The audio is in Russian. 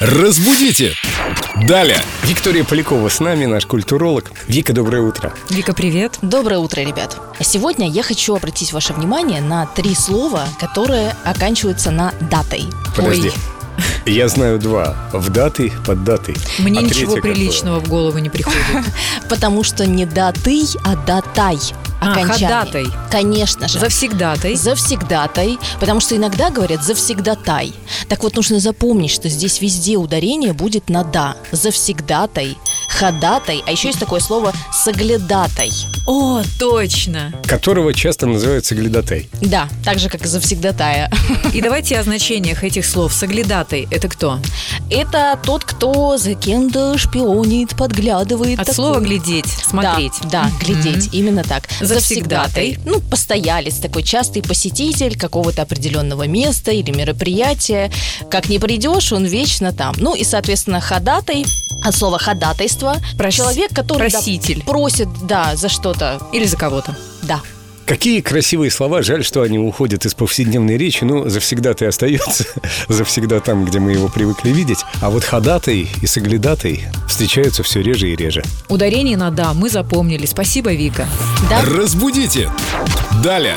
Разбудите! Далее. Виктория Полякова с нами, наш культуролог. Вика, доброе утро. Вика, привет. Доброе утро, ребят. Сегодня я хочу обратить ваше внимание на три слова, которые оканчиваются на датой. Подожди. Ой, Я знаю два. В даты, под даты. Мне А ничего третье какое? приличного в голову не приходит. потому что не датой, а датай. А, Окончание. ходатай. Конечно же. Завсегдатай. Завсегдатай, потому что иногда говорят завсегдатай. Так вот, нужно запомнить, что здесь везде ударение будет на «да». Завсегдатай, ходатай, а еще есть такое слово «соглядатай». О, точно. Которого часто называют соглядатай. Да, так же, как и завсегдатая. И давайте о значениях этих слов. Соглядатай – это кто? Это тот, кто за кем-то шпионит, подглядывает. От такой. слова «глядеть», «смотреть». Да, да, Мгм. глядеть, именно так. Завсегдатай. Завсегдатай. Ну, постоялец, такой частый посетитель какого-то определенного места или мероприятия. Как не придешь, он вечно там. Ну и, соответственно, ходатай, от слова ходатайство, Прос- человек, который да, проситель. просит, да, за что-то, Или за кого-то. да. Какие красивые слова, жаль, что они уходят из повседневной речи, ну, завсегда ты остается, завсегда там, где мы его привыкли видеть. А вот ходатай и соглядатай встречаются все реже и реже. Ударение на «да» мы запомнили. Спасибо, Вика. Да, Разбудите! Далее!